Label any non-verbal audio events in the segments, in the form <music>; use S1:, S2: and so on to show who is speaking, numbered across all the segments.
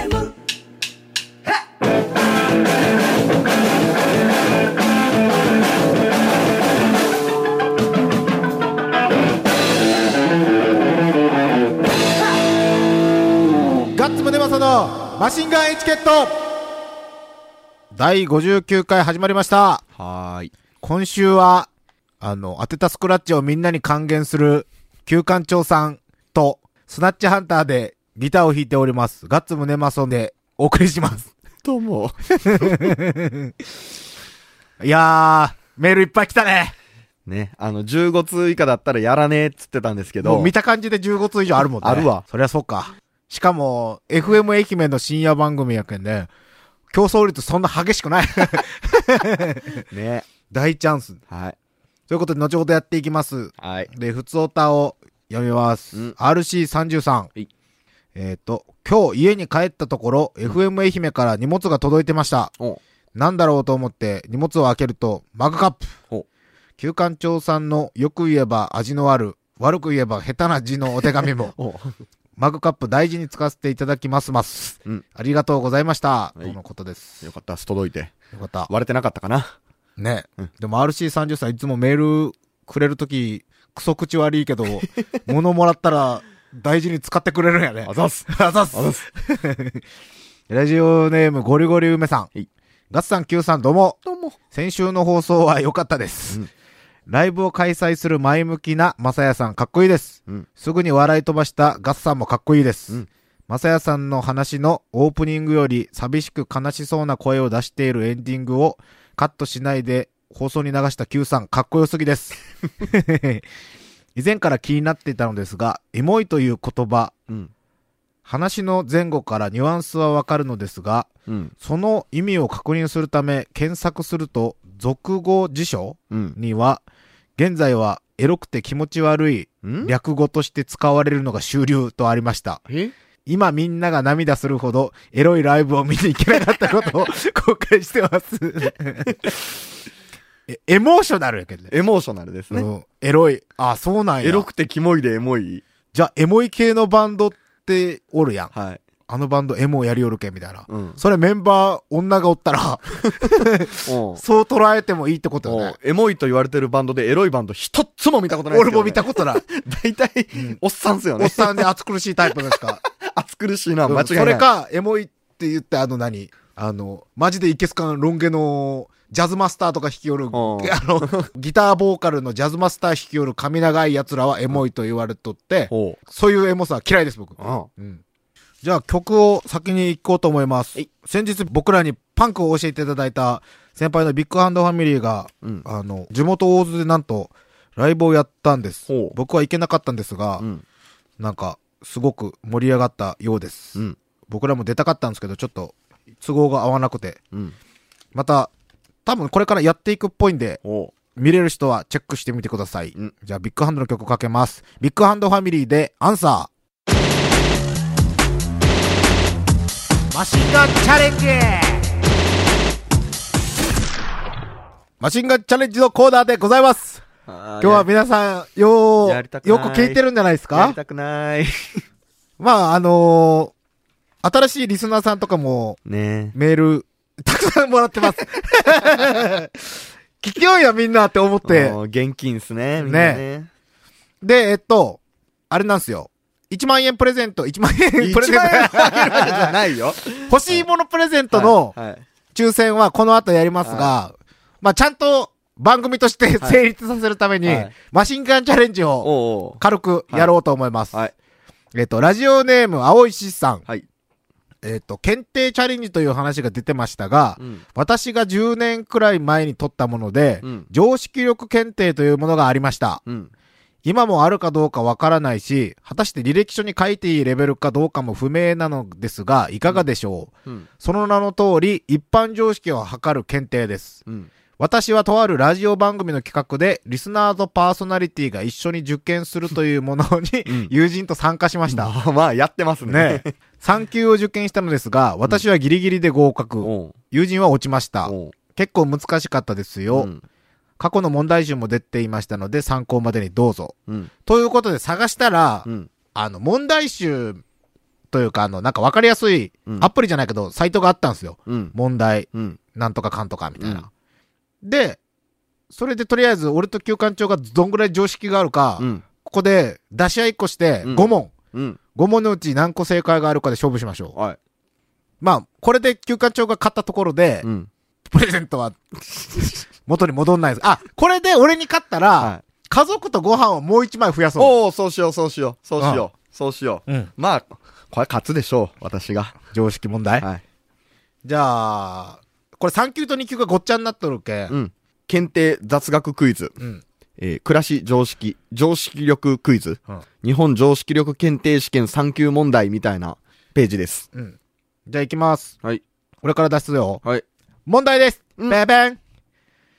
S1: J-O-E-U-F-M
S2: ガッツムネマソのマシンガンエチケット第59回始まりました。
S3: はーい。
S2: 今週は、あの、当てたスクラッチをみんなに還元する、旧館長さんと、スナッチハンターでギターを弾いております。ガッツムネマソでお送りします。
S3: どうも。
S2: いやー、メールいっぱい来たね。
S3: ね、あの、15通以下だったらやらねえっつってたんですけど。
S2: もう見た感じで15通以上あるもんね。
S3: あるわ
S2: そりゃそうか。しかも、FM 愛媛の深夜番組やけんね、競争率そんな激しくない。 <laughs>
S3: ね。
S2: 大チャンス。
S3: はい。
S2: ということで、後ほどやっていきます。
S3: はい。
S2: で、普通オタを読みます。
S3: うん
S2: RC33
S3: い。
S2: えっ、と、今日家に帰ったところ、FM 愛媛から荷物が届いてました。
S3: お
S2: なんだろうと思って荷物を開けると、マグカップ。
S3: お、
S2: 旧館長さんのよく言えば味のある、悪く言えば下手な字のお手紙も
S3: <laughs> お
S2: マグカップ大事に使わせていただきますます。
S3: うん
S2: ありがとうございました。
S3: い
S2: とのことです。
S3: よかったっす、届いて。
S2: よかった。
S3: 割れてなかったかな。
S2: ね。
S3: うん
S2: でも RC30 さんいつもメールくれるとき、クソ口悪いけど、 <laughs> 物もらったら大事に使ってくれるんやね。
S3: あざっす。
S2: あざっす
S3: あざっす。
S2: <laughs> ラジオネームゴリゴリ梅さん。
S3: はい
S2: ガッツさん、Q さん、どうも。
S3: どうも。
S2: 先週の放送は良かったです。
S3: うん
S2: ライブを開催する前向きなマサヤさんかっこいいです。
S3: うん
S2: すぐに笑い飛ばしたガッサンもかっこいいです。
S3: うん
S2: マサヤさんの話のオープニングより寂しく悲しそうな声を出しているエンディングをカットしないで放送に流した Q さんかっこよすぎです。 <laughs> 以前から気になっていたのですが、エモいという言葉、
S3: うん。
S2: 話の前後からニュアンスはわかるのですが、
S3: うん。
S2: その意味を確認するため検索すると、俗語辞書
S3: うん。
S2: には、現在はエロくて気持ち悪い
S3: ん
S2: 略語として使われるのが終了とありました。
S3: え
S2: 今みんなが涙するほどエロいライブを見に行けなかったことを後悔してます。
S3: <laughs>
S2: えエモーショナルやけどね。
S3: エモーショナルです
S2: う
S3: ね。
S2: んエロい。あ、そうなんや。
S3: エロくてキモいでエモい。
S2: じゃあ、エモい系のバンドっておるやん。
S3: はい。
S2: あのバンドエモをやりよるけ、みたいな。
S3: うん。
S2: それメンバー女がおったら、
S3: おう
S2: そう捉えてもいいってこと
S3: お
S2: よね
S3: う。エモいと言われてるバンドでエロいバンド一つも見たことないです
S2: 俺も見た
S3: こ
S2: ことない。
S3: とない。大体、おっさんっすよ
S2: おっ
S3: ね。
S2: さんで暑苦しいタイプです
S3: <laughs>
S2: か。
S3: 暑苦しいな、間違いない。
S2: それ。か、エモいって言って、あの何あの、マジでいけすかんロン毛の、ジャズマスターとか弾き寄る、あ
S3: おう
S2: の、ギターボーカルのジャズマスター弾き寄る髪長い奴らはエモいと言われとって、
S3: おう。
S2: そういうエモさは嫌いです、僕。
S3: うん。
S2: うん。じゃあ曲を先に行こうと思います
S3: はい。
S2: 先日僕らにパンクを教えていただいた先輩のビッグハンドファミリーが、
S3: うん。
S2: あの、地元大津でなんとライブをやったんです
S3: ほう。
S2: 僕は行けなかったんですが、
S3: うん。
S2: なんか、すごく盛り上がったようです。
S3: うん。
S2: 僕らも出たかったんですけど、ちょっと、都合が合わなくて。
S3: うん。
S2: また、多分これからやっていくっぽいんで、
S3: おう。
S2: 見れる人はチェックしてみてください。
S3: うん
S2: じゃあ、ビッグハンドの曲かけます。ビッグハンドファミリーで、アンサー。マシンガンチャレンジマシンガンチャレンジのコーナーでございます。
S3: 今
S2: 今日は皆さん、よ
S3: やりた
S2: う、
S3: くな
S2: よ
S3: い
S2: く聞いてるんじゃないです
S3: やり
S2: か
S3: たくない。
S2: まあ、あのー新しいリスナーさんとかも
S3: ね
S2: メール、たくさんもらってます。 <laughs> 聞きようやみんなって思っ
S3: え。
S2: て。
S3: もう現金っすね、みんな <laughs> ね。
S2: で、えっと、あれなんですよ。1万円プレゼント、1万円プレゼン
S3: 一
S2: ト
S3: 万。円あげるわけじゃない <laughs> よ。
S2: 欲しいものプレゼントの
S3: はいはい
S2: 抽選はこの後やりますが、まあちゃんと番組として
S3: はい
S2: 成立させるために
S3: はい、
S2: マシンガンチャレンジを
S3: おうお
S2: 軽くやろうと思います
S3: う。。はい。
S2: えっと、ラジオネーム、青石さん。
S3: はい。
S2: えっと、検定チャレンジという話が出てましたが、
S3: うん。
S2: 私が10年くらい前に取ったもので、
S3: うん
S2: 常識力検定というものがありました。
S3: うん。
S2: 今もあるかどうかわからないし、果たして履歴書に書いていいレベルかどうかも不明なのですが、いかがでしょう、
S3: うん。
S2: その名の通り、一般常識を測る検定です。
S3: うん。
S2: 私はとあるラジオ番組の企画で、リスナーとパーソナリティが一緒に受験するというものに、
S3: うん
S2: 友人と参加しました。
S3: <laughs> まあまあ、やってますね
S2: ね。3級
S3: <laughs>
S2: を受験したのですが、私はギリギリで合格。
S3: おう
S2: 友人は落ちました。
S3: おう
S2: 結構難しかったですよ。
S3: うん。
S2: 過去の問題集も出ていましたので参考までにどうぞ。
S3: うん。
S2: ということで探したら、
S3: うん。
S2: あの問題集というか、あの、なんかわかりやすい
S3: うん
S2: アプリじゃないけど、サイトがあったんですよ。
S3: うん。
S2: 問題、
S3: うん。
S2: なんとかかんとか、みたいな。で、それでとりあえず、俺と旧館長がどんぐらい常識があるか、
S3: うん。
S2: ここで出し合いっこして、
S3: うん
S2: 5問。
S3: うん。
S2: 5問のうち何個正解があるかで勝負しましょう。
S3: はい。
S2: まあ、これで休館長が勝ったところで、
S3: うん。
S2: プレゼント
S3: <laughs>
S2: は元に戻んないです。あ、これで俺に勝ったら、
S3: はい。
S2: 家族とご飯をもう一枚増やそう。
S3: おお、そうしよう、そうしよう、そうしよう、そうしよう。
S2: うん
S3: まあ、これ勝つでしょう、私が。
S2: 常識問題。
S3: はい。
S2: じゃあ、これ3級と2級がごっちゃになっとるけ。
S3: うん。検定雑学クイズ。
S2: うん。
S3: えー暮らし常識、常識力クイズ、
S2: うん
S3: 日本常識力検定試験3級問題みたいなページです。
S2: うん。じゃあ行きます。
S3: はい。
S2: 俺から出すよ。
S3: はい。
S2: 問題です。
S3: うん
S2: ベベン。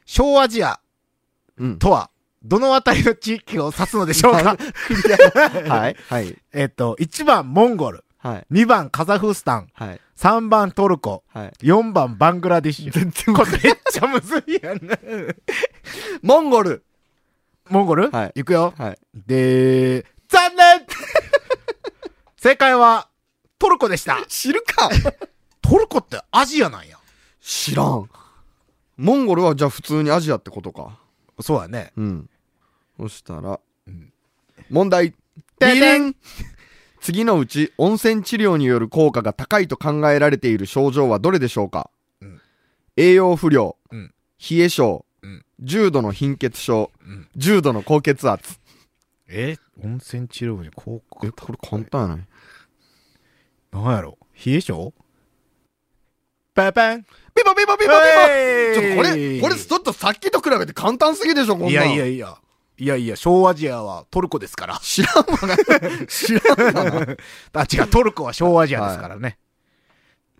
S2: 小アジア
S3: <laughs> うん。
S2: とは、どのあたりの地域を指すのでしょうか <laughs>
S3: はい。はい。
S2: えっと、1番モンゴル、
S3: はい。
S2: 2番カザフスタン、
S3: はい。
S2: 3番トルコ、
S3: はい。
S2: 4番バングラディッシュ。全然これめっちゃむずい
S3: <laughs>
S2: やんな。
S3: モンゴル
S2: モンゴル
S3: はい
S2: 行くよ。
S3: はい。
S2: でー、残念 <laughs> 正解は、トルコでした。
S3: 知るか
S2: トルコってアジアなんや。
S3: <laughs> 知らん。モンゴルはじゃあ普通にアジアってことか。
S2: そうやね。
S3: うん。そしたら、
S2: ん
S3: 問題。
S2: てんてん
S3: リリン次のうち温泉治療による効果が高いと考えられている症状はどれでしょうか、
S2: うん
S3: 栄養不良、
S2: うん
S3: 冷え症、
S2: うん
S3: 重度の貧血症、
S2: うん
S3: 重度の高血圧。
S2: え温泉治療部に広告
S3: え、これ簡単やない
S2: なんやろ冷え性パパン
S3: ビボビボビボビボちょっとこれ、これ
S2: ス
S3: ちょっとさっきと比べて簡単すぎでしょ、こんなん。
S2: いやいやいや。いやいや、小アジアはトルコですから。
S3: 知
S2: <laughs>
S3: らんわな。知らんわな。
S2: あ、違う、トルコは小アジアですからね。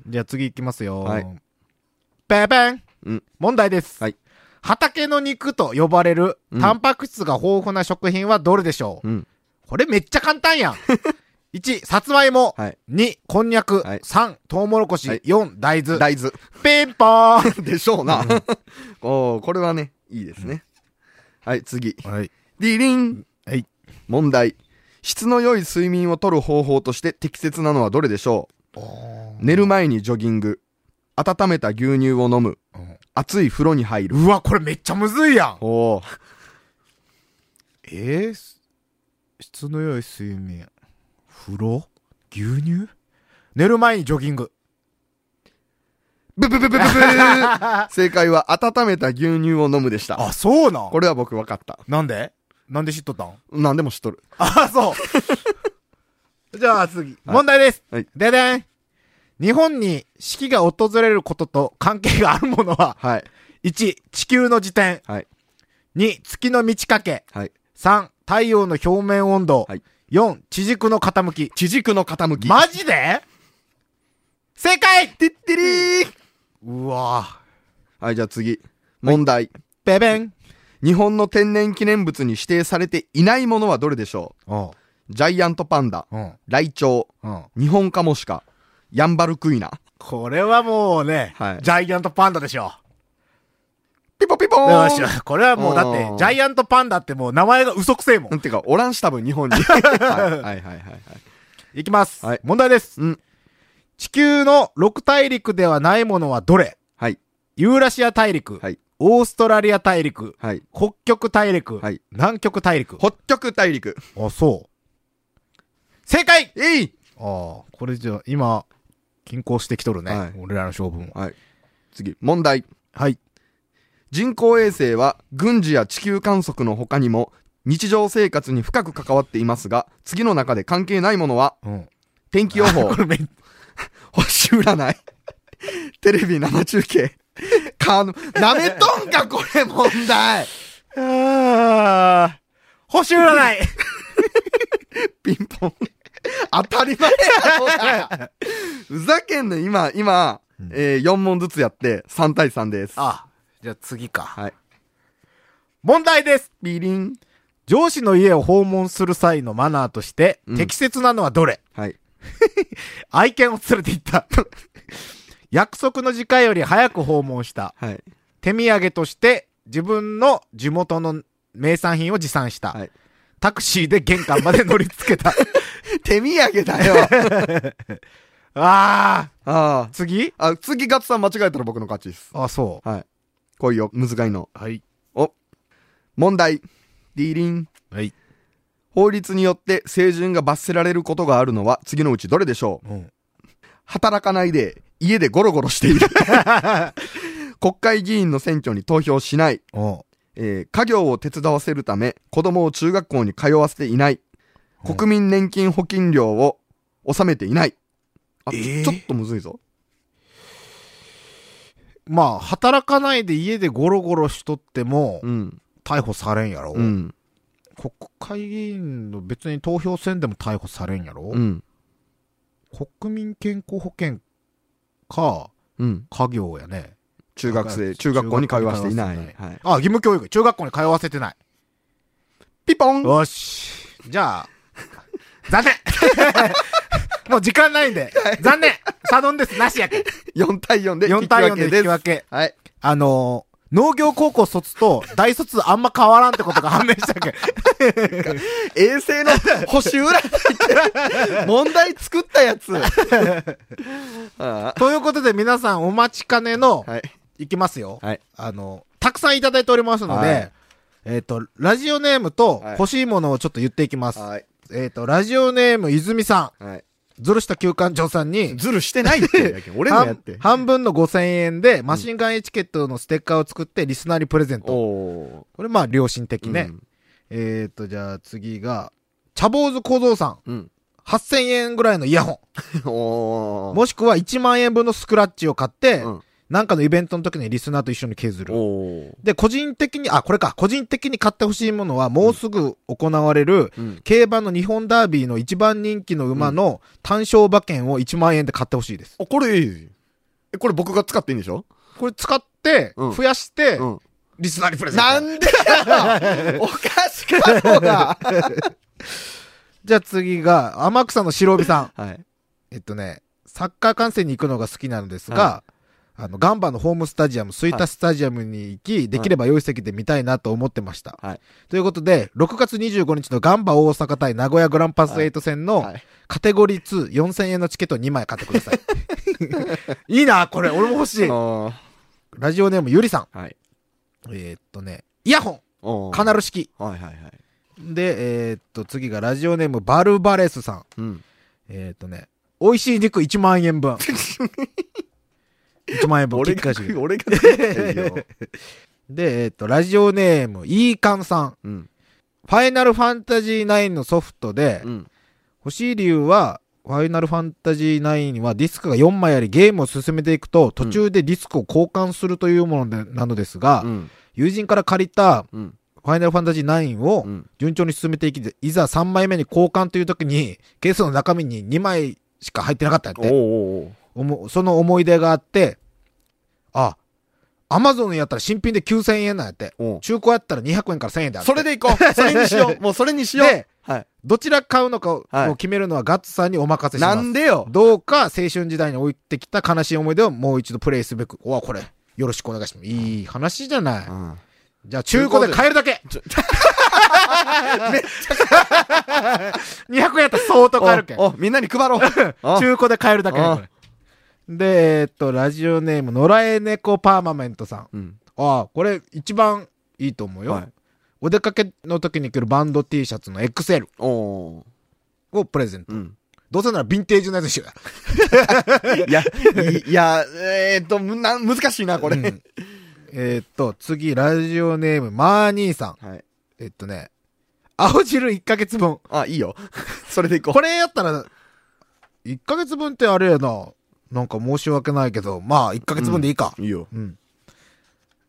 S2: じゃあ次行きますよ。
S3: はい
S2: ペーペン、
S3: うん
S2: 問題です。
S3: はい
S2: 畑の肉と呼ばれる、
S3: うん
S2: タンパク質が豊富な食品はどれでしょう、
S3: うん。
S2: これめっちゃ簡単やん。1、さつまいも。
S3: はい。
S2: 2、こんにゃく。
S3: はい
S2: 3、とうもろこし。
S3: はい
S2: 4、大豆。
S3: 大豆。
S2: ピンポーン
S3: でしょうな。 <laughs> おーこれはね、いいですね。はい、次。
S2: はい。
S3: ディリン。
S2: はい。
S3: 問題。質の良い睡眠をとる方法として適切なのはどれでしょう寝る前にジョギング。温めた牛乳を飲む。
S2: うん
S3: 熱い風呂に入る。
S2: うわ、これめっちゃむずいやん。
S3: おー
S2: えー、す質の良い睡眠。風呂牛乳寝る前にジョギング。 <laughs>
S3: ブブブブブブ <laughs> ー正解は温めた牛乳を飲むでした。
S2: あ、そうなん
S3: これは僕分かった。
S2: なんでなんで知っとったん
S3: 何でも知っとる。
S2: あ、そう。 <laughs> じゃあ次、問題です。
S3: はい
S2: ででん。日本に四季が訪れることと関係があるものは、
S3: はい。
S2: 1、地球の時点。
S3: はい。
S2: 2、月の満ち欠け。
S3: はい。
S2: 3、太陽の表面温度。
S3: はい
S2: 4、地軸の傾き。
S3: 地軸の傾き。
S2: マジで正解
S3: てってりー
S2: うわぁ。
S3: はい、じゃあ次。問題。
S2: ベベン。
S3: 日本の天然記念物に指定されていないものはどれでしょ
S2: うん。
S3: うジャイアントパンダ、
S2: うん。
S3: ライチョ
S2: うん。
S3: ウ、日本カモシカ、ヤンバルクイナ。
S2: これはもうね、
S3: はい
S2: ジャイアントパンダでしょ。
S3: ピポピポ
S2: よ
S3: ーン
S2: しこれはもうだって、
S3: うん
S2: ジャイアントパンダってもう名前が嘘くせえもん
S3: な。んていうか、おらんし多分
S2: <laughs>
S3: 日本に。はいはいはいはいはい。
S2: いきます。
S3: はい
S2: 問題です。
S3: うん
S2: 地球の6大陸ではないものはどれ
S3: はい。
S2: ユーラシア大陸、
S3: はい
S2: オーストラリア大陸、
S3: はい。
S2: 北極大陸、
S3: はい
S2: 南極大陸。
S3: 北極大陸。
S2: あ、そう。正解
S3: えい
S2: ああ、これじゃあ、今、均衡してきとるね。
S3: はい
S2: 俺らの勝負も。
S3: はい。次、問題。
S2: はい。
S3: 人工衛星は軍事や地球観測の他にも日常生活に深く関わっていますが、次の中で関係ないものは
S2: うん。
S3: 天気予
S2: <laughs>
S3: 報
S2: こ、れめっ
S3: 星占い、 <laughs> テレビ生中継、カーヌ、舐めとんかこれ問題
S2: ああ、星占い
S3: ピンポン。当たり前やろそらふざけんな、今、今、えー、4問ずつやって3対3です。
S2: <laughs> あ、じゃあ次か。
S3: はい。
S2: 問題です
S3: ビリン。
S2: 上司の家を訪問する際のマナーとして、
S3: うん
S2: 適切なのはどれ
S3: はい。
S2: 愛犬を連れて行った。 <laughs> 約束の時間より早く訪問した。
S3: はい。
S2: 手土産として自分の地元の名産品を持参した。
S3: はい <laughs>
S2: タクシーで玄関まで乗りつけた。
S3: 手土産だよ。 <laughs>
S2: あ
S3: あ
S2: ー、次
S3: あ。あ、次ガッツさん間違えたら僕の勝ちです。
S2: あ、そう。
S3: はい。来いよ、難しいの。
S2: はい。
S3: 問題。ディーリン。
S2: はい。
S3: 法律によって成人が罰せられることがあるのは次のうちどれでしょう
S2: うん。
S3: 働かないで、家でゴロゴ
S2: <laughs>
S3: ロしている。国会議員の選挙に投票しない。
S2: お
S3: えー家業を手伝わせるため、子供を中学校に通わせていない。
S2: うん
S3: 国民年金保険料を納めていない。あ、ちょ
S2: えー
S3: ちょっとむずいぞ。
S2: まあ、働かないで家でゴロゴロしとっても
S3: う、ん。
S2: 逮捕されんやろ。
S3: うん。
S2: 国会議員の別に投票せんでも逮捕されんやろ。
S3: うん。
S2: 国民健康保険か、
S3: うん。
S2: 家業やね。
S3: 中学生、中
S2: 中
S3: 学
S2: 学
S3: 校
S2: 校
S3: に
S2: に
S3: 通
S2: 通
S3: わ
S2: わ
S3: せ
S2: せ
S3: て
S2: て
S3: い
S2: い
S3: な。
S2: ないい
S3: はい、
S2: あ、義務教育。中学校に通わせてない。
S3: ピポン
S2: よし。じゃあ、残念 <laughs> もう時間ないんで。残念サドンです。なしやけ。
S3: !4 対4で引
S2: 4
S3: き分
S2: 対
S3: け
S2: 4
S3: です。
S2: で引き分け。
S3: はい。
S2: あのー、農業高校卒と大卒あんま変わらんってことが <laughs> 判明したけん。
S3: 衛星の補修裏に入って
S2: <laughs>
S3: る問題作ったやつ。あ
S2: ということで皆さんお待ちかねの
S3: あ、はい。
S2: いきますよ。
S3: はい
S2: あの、たくさんいただいておりますので、
S3: はい
S2: えっ、と、ラジオネームと
S3: はい
S2: 欲しいものをちょっと言っていきます。
S3: はい。
S2: えっ、と、ラジオネーム泉さ
S3: はい。
S2: ん、ずるした休館長さんに、
S3: ズルしてないって。 <laughs> 俺のやっ
S2: 半
S3: て。
S2: 半分の5000円でマシンガンエチケットのステッカーを作ってリスナーにプレゼント。
S3: お
S2: これまあ良心的
S3: ー。
S2: ね。えっ、と、じゃあ次が、茶坊主小僧さん、
S3: うん。
S2: 8000円ぐらいのイヤホン。
S3: うん。おー。
S2: もしくは1万円分のスクラッチを買って、
S3: うん
S2: なんかのイベントの時にリスナーと一緒に削る。
S3: おー。
S2: で、個人的に、あ、これか、個人的に買ってほしいものは、もうすぐ行われる、
S3: うん。
S2: 競馬の日本ダービーの一番人気の馬の単勝馬券を1万円で買ってほしいです。
S3: あ、これいい。え、これ僕が使っていいんでしょ
S2: これ使って、
S3: うん
S2: 増やして、
S3: うん。
S2: リスナーにプレゼント。
S3: なんでだよおかしかろうが
S2: <laughs> じゃあ次が、天草の白帯さん。
S3: はい。
S2: えっとね、サッカー観戦に行くのが好きなのですが、あの、ガンバのホームスタジアム、スイタスタジアムに行き、できれば良い席で見たいなと思ってました。
S3: はい
S2: ということで、6月25日のガンバ大阪対名古屋グランパスエイト戦の、
S3: はい。
S2: カテゴリー2、4000円のチケット2枚買ってくだ
S3: <laughs>
S2: さい。いいな、これ、俺も欲しい。
S3: おー
S2: ラジオネーム、ゆりさん。
S3: はい。
S2: えーっとね、イヤホ
S3: お
S2: ン、
S3: ー
S2: カナル式。
S3: はいはいはい。
S2: で、えーっと、次がラジオネーム、バルバレスさん。
S3: うん。
S2: えーっとね、美味しい肉1万円分。1万円分、
S3: 俺
S2: 切り
S3: が
S2: 返し、
S3: <laughs> 俺が作ってんよ。 <laughs>
S2: で、えーっと、ラジオネーム、イーカンさん。
S3: うん。
S2: ファイナルファンタジー9のソフトで、
S3: うん。
S2: 欲しい理由は、ファイナルファンタジー9はディスクが4枚ありゲームを進めていくと途中でディスクを交換するというものでなのですが、
S3: うん。
S2: 友人から借りた
S3: うん。
S2: ファイナルファンタジー9
S3: う
S2: を
S3: ん。
S2: 順調に進めていき、いざ3枚目に交換という時にケースの中身に2枚しか入ってなかったんや
S3: おー
S2: って、
S3: おーおー
S2: おもその思い出があって、あ、アマゾンやったら新品で9000円なんやって。
S3: おー
S2: 中古やったら200円から1000円だって。
S3: それでいこう。それにし <laughs> よう。もうそれにしよう
S2: で。
S3: はい。
S2: どちら買うのかを
S3: はい
S2: を決めるのはガッツさんにお任せします。
S3: なんでよ。
S2: どうか青春時代に置いてきた悲しい思い出をもう一度プレイすべく。おわ、これ。よろしくお願いします。いい話じゃない。
S3: うん
S2: じゃあ中古で買えるだけめっち <laughs> ゃ !200 円やったら相当買えるけん。
S3: おおみんなに配ろう。 <laughs> お
S2: 中古で買えるだけね
S3: お
S2: これで、えーっと、ラジオネーム、野良猫パーマメントさん。あ
S3: うん。
S2: あ、これ一番いいと思うよ。
S3: はい
S2: お出かけの時に着るバンド T シャツの XL
S3: おお
S2: をプレゼント。
S3: うん。
S2: どうせならヴィンテージのやつにしようや
S3: いや、 <laughs> いいや、えーっと、むな、難しい <laughs> な、これ。
S2: うんえーっと、次、ラジオネーム、マーニーさん。
S3: はい。
S2: えっとね、青汁1ヶ月分。
S3: あ、いいよ。 <laughs> それでい
S2: <laughs>
S3: こ
S2: これやったら、1ヶ月分ってあれやな。なんか申し訳ないけど、まあ、1ヶ月分でいいか
S3: う。。いいよ。
S2: うん。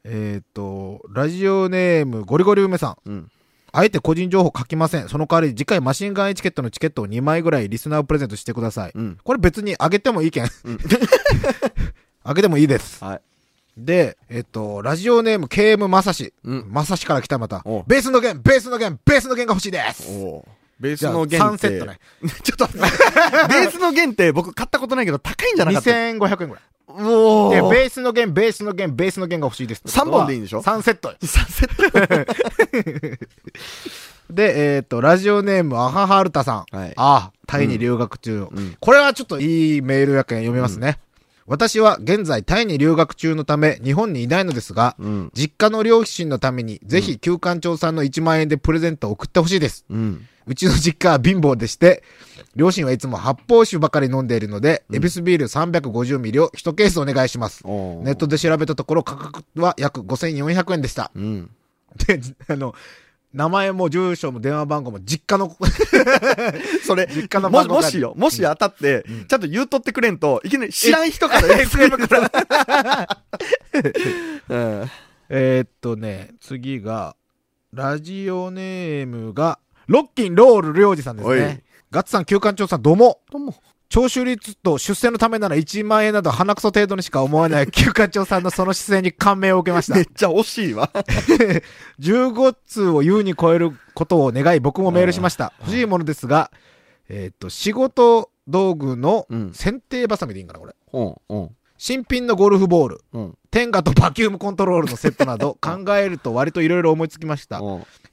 S2: えーっと、ラジオネーム、ゴリゴリ梅さん。
S3: うん。
S2: あえて個人情報書きません。その代わり、次回マシンガンエチケットのチケットを2枚ぐらいリスナーをプレゼントしてください。
S3: うん。
S2: これ別にあげてもいいけん。
S3: うん
S2: <laughs> あげてもいいです。
S3: はい。
S2: で、えっと、ラジオネーム、KM まさし。
S3: うん
S2: まさしから来たまた
S3: おう。
S2: ベースの弦、ベースの弦、ベースの弦が欲しいです
S3: おベース
S2: じゃあ、
S3: の限
S2: 3セ
S3: 定。
S2: ットね。
S3: <laughs> ちょっと待って、ベースの限定僕買ったことないけど高いんじゃなかった
S2: 2500円ぐらい。
S3: お
S2: で、
S3: ー。
S2: ベースの弦、ベースの弦、ベースの弦が欲しいです。
S3: 三本でいいんでしょ
S2: ?3 セット。
S3: 3セット。
S2: <laughs> で、えっ、と、ラジオネーム、アハハルタさん。
S3: はい
S2: ああ、タイに留学中。
S3: うん
S2: これはちょっといいメールやけん読みますね。私は現在タイに留学中のため日本にいないのですが、
S3: うん
S2: 実家の両親のためにぜひ旧館長さんの1万円でプレゼントを送ってほしいです。
S3: うん
S2: うちの実家は貧乏でして、両親はいつも発泡酒ばかり飲んでいるので、エビスビール350ミリを1ケースお願いします。
S3: おー
S2: ネットで調べたところ価格は約5400円でした。
S3: うん
S2: で、あの、名前も住所も電話番号も実家の、
S3: <laughs> それ
S2: 実家の
S3: も
S2: 孫が
S3: もしよもし当たって、
S2: うん
S3: ちゃんと言うとってくれんといきなり知らん人から <laughs>
S2: FM から
S3: うん
S2: えーっとね、次が、ラジオネームが、ロッキンロールりょうじさんです
S3: お
S2: ね
S3: い。
S2: ガッツさん、休館長さん、どうも。
S3: どうも
S2: 聴取率と出世のためなら1万円など鼻くそ程度にしか思わない <laughs> 休館長さんのその姿勢に感銘を受けました
S3: <laughs> め。っちゃ惜しいわ
S2: 15通を優に超えることを願い、僕もメールしました。欲しいものですが、えーっと、仕事道具の
S3: うん
S2: 剪定バサミでいいんかな、これ。
S3: うんうん
S2: 新品のゴルフボール、
S3: うん
S2: テンガとバキュームコントロールのセットな
S3: <laughs>
S2: ど考えると割といろいろ思いつきました。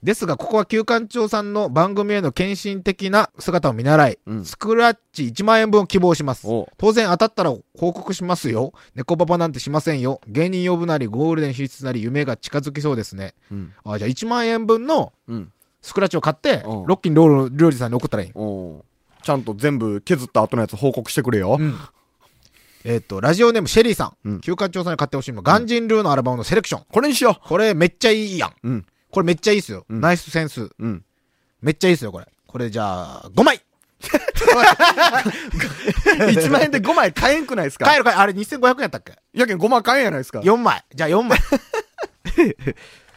S2: ですが、ここは旧館長さんの番組への献身的な姿を見習い、
S3: うん
S2: スクラッチ1万円分を希望します
S3: おう。
S2: 当然当たったら報告しますよ。猫パパなんてしませんよ。芸人呼ぶなり、ゴールデン進出なり、夢が近づきそうですね。
S3: うん
S2: あ、じゃあ1万円分の
S3: うん
S2: スクラッチを買って、
S3: おう
S2: ロッキンロール、りょうじさんに送ったらいい。
S3: うんちゃんと全部削った後のやつ報告してくれよ、
S2: うんえっ、と、ラジオネームシェリーさ。
S3: うんん
S2: 旧館長さんに買ってほしいのは、ガンジンルーのアルバムのセレクション。
S3: これにしよ
S2: これめっちゃいいやん。
S3: ううん
S2: これめっちゃいいっすよ。
S3: うん
S2: ナイスセンス。
S3: <laughs> うん
S2: めっちゃいいっすよ、これ。これじゃあ、5枚
S3: 1万円で5枚買えんくないですか
S2: 帰る帰る。あれ2500円やったっけ
S3: やけん5万買えんやないですか
S2: ?4 枚。じゃあ4枚。
S3: <laughs>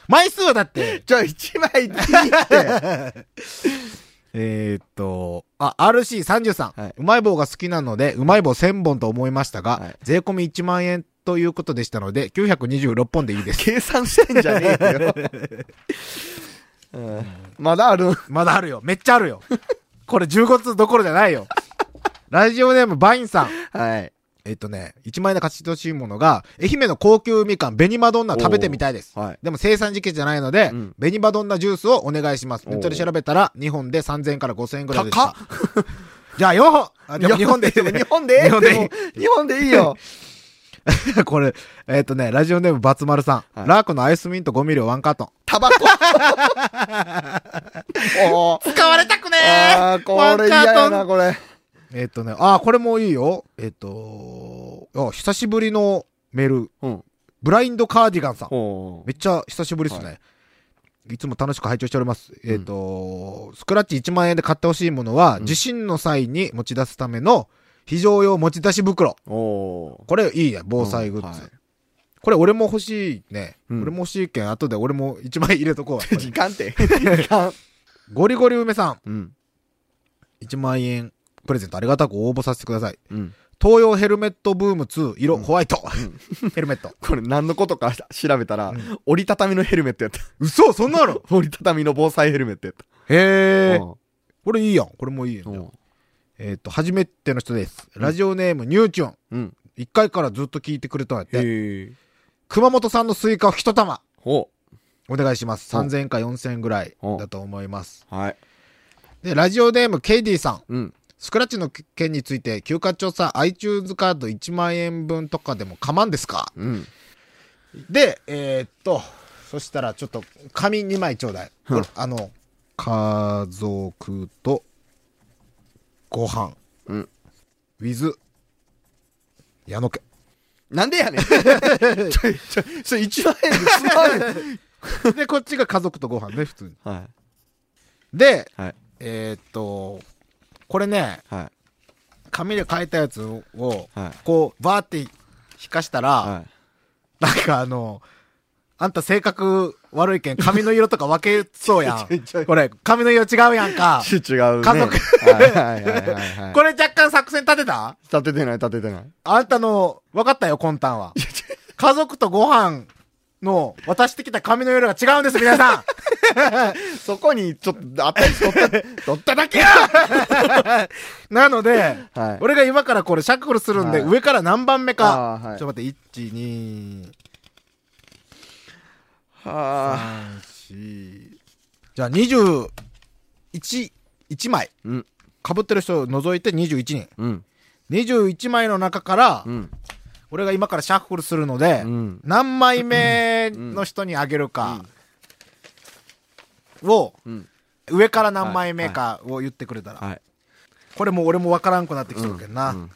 S2: 枚数はだって、
S3: じゃあ1枚でいいって。 <laughs>
S2: えーっと、あ、RC33、
S3: はいう
S2: まい棒が好きなので、うまい棒1000本と思いましたが、
S3: はい
S2: 税込み1万円ということでしたので、926本でいい
S3: <laughs>
S2: です。
S3: 計算してんじゃねえよ。うんまだある。
S2: まだあるよ。めっちゃあるよ。これ15通どころじゃないよ。ラジオネームバインさん。
S3: はい。
S2: えっとね、1万円で勝ち取ってほしいものが、愛媛の高級みかん、紅マドンナを食べてみたいです。
S3: はい。
S2: でも生産時期じゃないので、
S3: うん
S2: ベニバドンナジュースをお願いします。
S3: おう
S2: ネットで調べたら、2本で3000円から5000円ぐらいでし
S3: 高
S2: た
S3: っ。
S2: <laughs> じゃあ4本あ、でも日本でいいよね
S3: 日本で
S2: 日本でいい
S3: も日本でいい
S2: <laughs>
S3: よ。
S2: これ、えっ、とね、ラジオネームバツマルさん。
S3: はい
S2: ラークのアイスミント5ミリをワンカートン。
S3: タバコ。 <laughs> おー
S2: 使われたくね
S3: あー、これ嫌やな、これ。
S2: えっ、とね、あー、これもいいよ。えっ、とあ、久しぶりのメール。
S3: うん。
S2: ブラインドカーディガンさん。
S3: ほ
S2: めっちゃ久しぶりですね。、
S3: はい
S2: つも楽しく拝聴しております。えっ、と、スクラッチ1万円で買ってほしいものは、
S3: うん
S2: 地震の際に持ち出すための非常用持ち出し袋。
S3: う。お
S2: これいいね、防災グッズ。
S3: うんはい
S2: これ俺も欲しいね。
S3: うん
S2: 俺も欲しいけん、後で俺も1枚入れと
S3: <laughs>
S2: こうやっぱ
S3: ー。時
S2: り。
S3: 間って。時間。
S2: ゴリゴリ梅さ
S3: うん。
S2: ん、1万円プレゼントありがたく応募させてください。
S3: うん。
S2: 東洋ヘルメットブーム2、色、ホワイト。 <laughs> ヘルメッ
S3: <laughs>
S2: ト。
S3: これ何のことか調べたら、折りたたみのヘルメットやった。
S2: 嘘そんなの
S3: <laughs> 折りたたみの防災ヘルメットやった。
S2: へえ。
S3: うん
S2: これいいやん。これもいいよ、ね。えっ、と、初めての人です。ラジオネーム、ニューチュン。
S3: うん。
S2: 一回からずっと聞いてくれたんやって。
S3: へえ。
S2: 熊本産のスイカを一玉、
S3: ほ
S2: お願いします。
S3: お
S2: 3000円か4000円ぐらい
S3: お
S2: だと思います。
S3: う。はい。
S2: で、ラジオネーム、ケイディさん。
S3: うん。
S2: スクラッチの件について、休暇調査、iTunes カード1万円分とかでも構わんですか
S3: うん。
S2: で、えーっと、そしたらちょっと、紙2枚ちょうだい。これあの、家族と、ご飯。
S3: うん。
S2: with、矢野家。
S3: なんでや <laughs> ねん。ちょいちょい、それ1万円で済 <laughs> まんよ
S2: で、こっちが家族とご飯ね、普通に。
S3: は
S2: で、
S3: い。はい。
S2: えーっと、これね、
S3: はい。
S2: 紙で書いたやつを、
S3: はい
S2: こう、バーって引かしたら、
S3: は
S2: なんかあの、あんた性格悪いけん、髪の色とか分けそうや
S3: <laughs> ちょいちょ
S2: ん。
S3: い
S2: これ、髪の色違うやんか
S3: <laughs> い。。違うね。
S2: 家族
S3: はいはいはいはいはい。
S2: これ若干作戦立てた
S3: <laughs> 立ててない立ててない。
S2: あんたの、分かったよ、魂胆は。家族とご飯の渡してきた髪の色が違うんです、皆さん
S3: そこにちょっと、あったりしとった、 <laughs> 取っただけや
S2: <laughs> なので、
S3: はい
S2: 俺が今からこれシャッフルするんで、
S3: はい
S2: 上から何番目か。
S3: あーはい
S2: ちょっと待って、1、2、
S3: はあ。
S2: 3、4。じゃあ、20、 1、1枚。
S3: うん。
S2: 被ってる人を除いて21人。
S3: うん。
S2: 21枚の中から
S3: う、ん。
S2: 俺が今からシャッフルするので、
S3: うん
S2: 何枚目の人にあげるか、を、
S3: うん。
S2: 上から何枚目かを言ってくれたら。
S3: はい。
S2: これもう俺もわからんくなってきてるけどな。
S3: うん。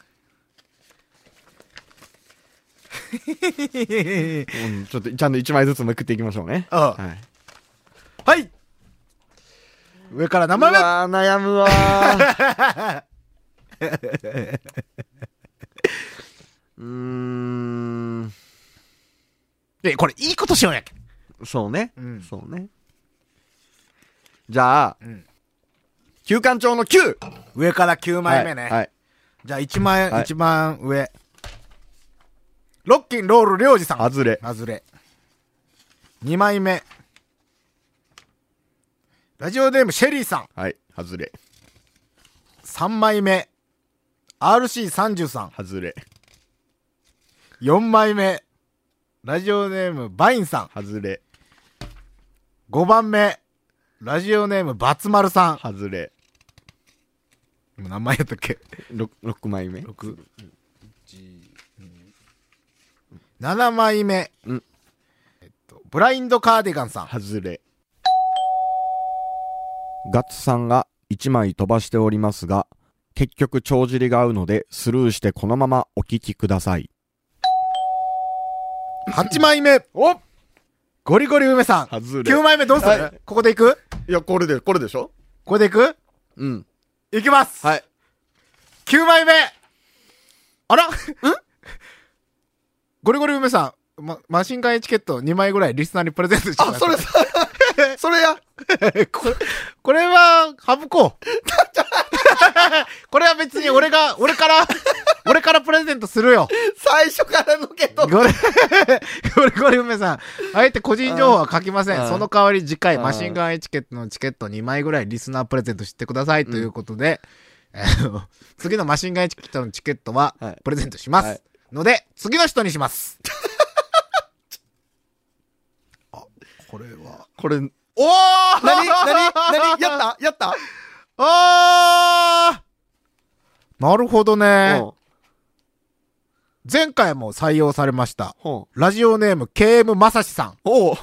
S3: うんちょっと、ちゃんと1枚ずつめくっていきましょうね。
S2: うん
S3: はい。
S2: <laughs> はい上から何枚目
S3: うわー悩むわー
S2: <laughs>
S3: うーん。
S2: え、これいいことしようやけ。
S3: そうね。
S2: うん
S3: そうね。じゃあ、
S2: ん
S3: 休館長の 9!
S2: 上から9枚目ね。
S3: はい。はい
S2: じゃあ1枚、
S3: はい
S2: 一番上。ロッキンロールりょうじさん。
S3: 外れ。
S2: 外れ。2枚目。ラジオネームシェリーさん。
S3: はい。外れ。
S2: 3枚目。RC33。
S3: 外れ。
S2: 4枚目。ラジオネームバインさん。
S3: 外れ。
S2: 5番目。ラジオネームバツマルさん。
S3: 外れ。
S2: もう何枚やったっけ
S3: 6, 六枚目。
S2: ?6。7枚目。
S3: うん
S2: えっと、ブラインドカーディガンさん。
S3: 外れ。ガッツさんが1枚飛ばしておりますが、結局帳尻が合うのでスルーしてこのままお聞きください。
S2: 8枚目。
S3: おい
S2: ゴリゴリ梅さん。
S3: 外れ
S2: 9枚目どうする、
S3: はい
S2: ここでいく
S3: や、これで、これでしょ
S2: ここでいく
S3: うん。
S2: いきます。
S3: はい。
S2: 9枚目あらん <laughs> ゴリゴリ梅さん、ま、マシンガンエチケット2枚ぐらいリスナーにプレゼントしてもら
S3: あ、
S2: った
S3: それ、 <laughs> それそれや。
S2: これ、これは、省こう。 <laughs> これは別に俺が、俺から、俺からプレゼントするよ。
S3: 最初からのけど。
S2: ゴリ、ゴリゴリ梅さん、あえて個人情報は書きませ
S3: うん
S2: ん。
S3: うん
S2: その代わり次回、
S3: うん
S2: マシンガンエチケットのチケット2枚ぐらいリスナープレゼントしてくださいということで、あの次のマシンガンエチケットのチケットは
S3: はい
S2: プレゼントします。
S3: はい
S2: ので、次の人にし
S3: <laughs>
S2: ます。あ、これは。
S3: これ、なに
S2: おー
S3: なに
S2: <laughs>
S3: な <laughs> にやったやった
S2: あーなるほどね。
S3: ほ
S2: 前回も採用されました。
S3: ほ
S2: ラジオネーム KM まさしさん。
S3: う。おう。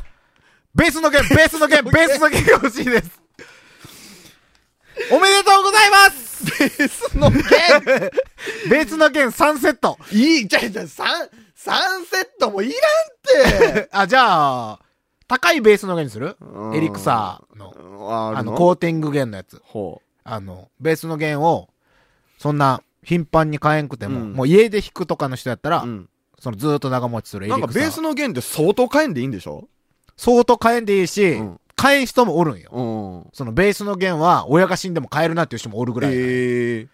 S2: ベースの弦、ベースの
S3: <laughs>
S2: 弦、ベースの弦が欲しいです。おめでとうございます
S3: <laughs> ベースの弦
S2: <laughs> ベースの弦3セット。
S3: いい、じゃあじゃあ、サン、サンセットもいらんって。
S2: あ、じゃあ、高いベースの弦にする
S3: うん
S2: エリクサーの、
S3: <laughs> あ
S2: あの、コーティング弦のやつ。
S3: ほ
S2: あの、ベースの弦を、そんな、頻繁に買えんくても、
S3: うん
S2: もう家で弾くとかの人やったら、
S3: う。うん。
S2: そのずーっと長持ちするエリ
S3: な
S2: ク
S3: ん
S2: サ
S3: か
S2: ー。
S3: ベースの弦って相当変えんでいいんでしょ
S2: 相当買えんでいいし、
S3: うん
S2: 買えん人もおるんよ。
S3: うん。
S2: そのベースの弦は親が死んでも買えるなっていう人もおるぐらい。
S3: ええ。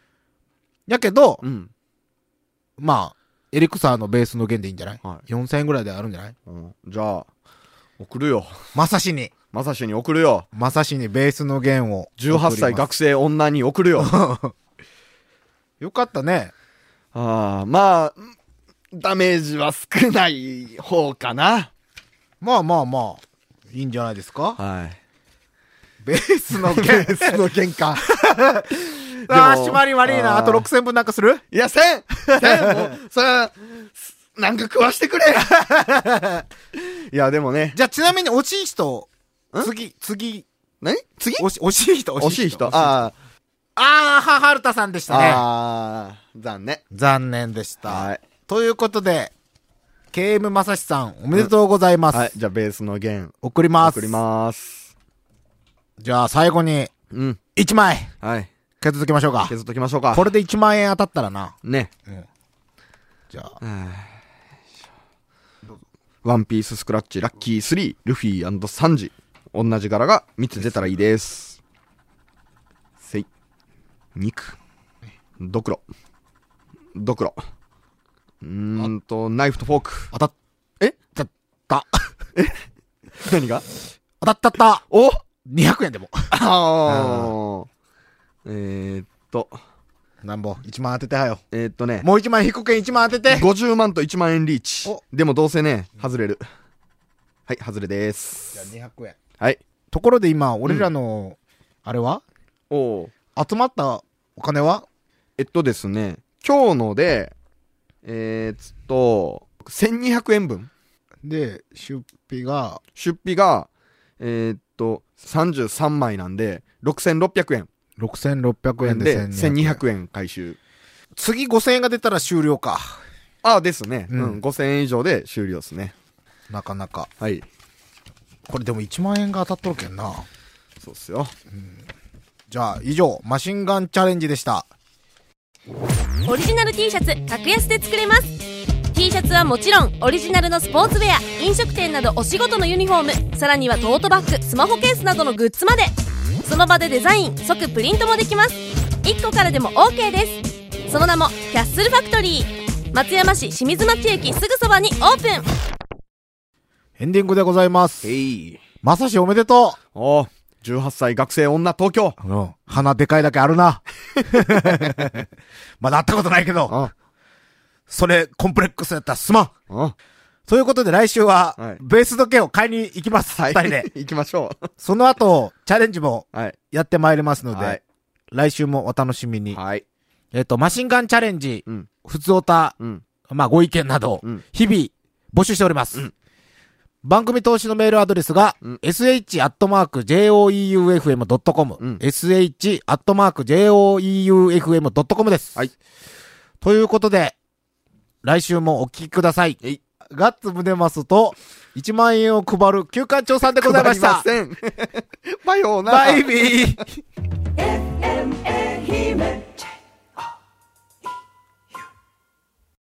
S2: やけど
S3: う、ん。
S2: まあ、エリクサーのベースの弦でいいんじゃない、
S3: はい
S2: ?4000 円ぐらいであるんじゃない
S3: うんじゃあ、送るよ。
S2: まさしに、
S3: まさしに送るよ。
S2: まさしにベースの弦を送ります。
S3: 18歳学生女に送 <laughs> るよ。
S2: よかったね。
S3: ああ、まあ、ダメージは少ない方かな。
S2: まあまあまあ、いいんじゃないですか
S3: はい。
S2: ベースの
S3: ベ
S2: 弦。
S3: ースの
S2: <laughs>
S3: 喧嘩。
S2: ああ、締まり悪いな。あ
S3: あー
S2: と6000分なんかする
S3: いや、せんせんもう、それは、すなんか食わしてくれ <laughs> いや、でもね。
S2: じゃあちなみに惜しい人、次、次、
S3: 何次
S2: 惜し惜しい人、
S3: 惜しい人。あ
S2: あー、ははるたさんでし
S3: あ、
S2: たね。
S3: ああ、残念。
S2: 残念でした。
S3: はい
S2: ということで、KM まさしさん、おめでとうございます。
S3: はい、じゃあベースの弦、
S2: 送ります。
S3: 送ります。
S2: じゃあ最後に、
S3: うん。
S2: 1枚、
S3: はい。
S2: 削っときましょうか。
S3: 削っときましょうか。
S2: これで1万円当たったらな。
S3: ね。
S2: じゃあ、
S3: ワンピーススクラッチ、ラッキー3、ルフィサンジ。同じ柄が3つ出たらいいです。せい。肉。ドクロ。ドクロ。うーんと、ナイフとフォーク。
S2: 当たっ、え当た <laughs> った。
S3: 何が
S2: 当たったった。
S3: お
S2: 200円でも。
S3: ああ。えー、っと、
S2: なんぼ、1万当ててはよ。
S3: えー、っとね。
S2: もう1万引くけん1万当てて。
S3: 50万と1万円リーチ
S2: お。
S3: でもどうせね、外れる。はい、外れです。
S2: じゃあ200円。
S3: はい。
S2: ところで今、俺らの、あれは
S3: おお
S2: 集まったお金は
S3: えっとですね今日のでえー、っと1200円分
S2: で、出費が、
S3: 出費がえー、っと33枚なんで6600円
S2: 6600円で
S3: で
S2: 1200
S3: 1200円回収
S2: 次5000円が出たら終了か。
S3: ああですね、
S2: う
S3: うんん5000円以上で終了ですね
S2: なかなか。
S3: はい
S2: これでも1万円が当たっとるけんな。
S3: そうっすよ
S2: じゃあ、以上、マシンガンチャレンジでした。
S4: オリジナル T シャツ格安で作れます T シャツはもちろんオリジナルのスポーツウェア飲食店などお仕事のユニフォームさらにはトートバッグスマホケースなどのグッズまでその場でデザイン即プリントもできます1個からでも OK ですその名もキャッスルファクトリー松山市清水町駅すぐそばにオープン
S2: エンディングでございます。
S3: えい
S2: まさしおめでと
S3: おー18歳学生女東京
S2: ううん。鼻でかいだけあるな。 <laughs> まだ会ったことないけど、
S3: あ
S2: それ、コンプレックスやったらすまん。
S3: あ
S2: ということで来週は、
S3: はい
S2: ベース時計を買いに行きます。
S3: はい
S2: 二人で。
S3: <laughs> 行きましょ
S2: その後、チャレンジも
S3: うはい
S2: やってまいりますので、
S3: はい
S2: 来週もお楽しみに。
S3: はい
S2: えっ、と、マシンガンチャレンジ、
S3: うん
S2: 普通おた、
S3: うん
S2: まあ、ご意見など、
S3: うん
S2: 日々募集しております。番組投資のメールアドレスが、
S3: うん
S2: sh.joeufm.com、
S3: うん
S2: sh.joeufm.com です。
S3: はい
S2: ということで、来週もお聞きください。
S3: えい
S2: ガッツムネマスと、1万円を配る休館長さんでございました。
S3: <laughs> 配りませんバイオーな
S2: バイビー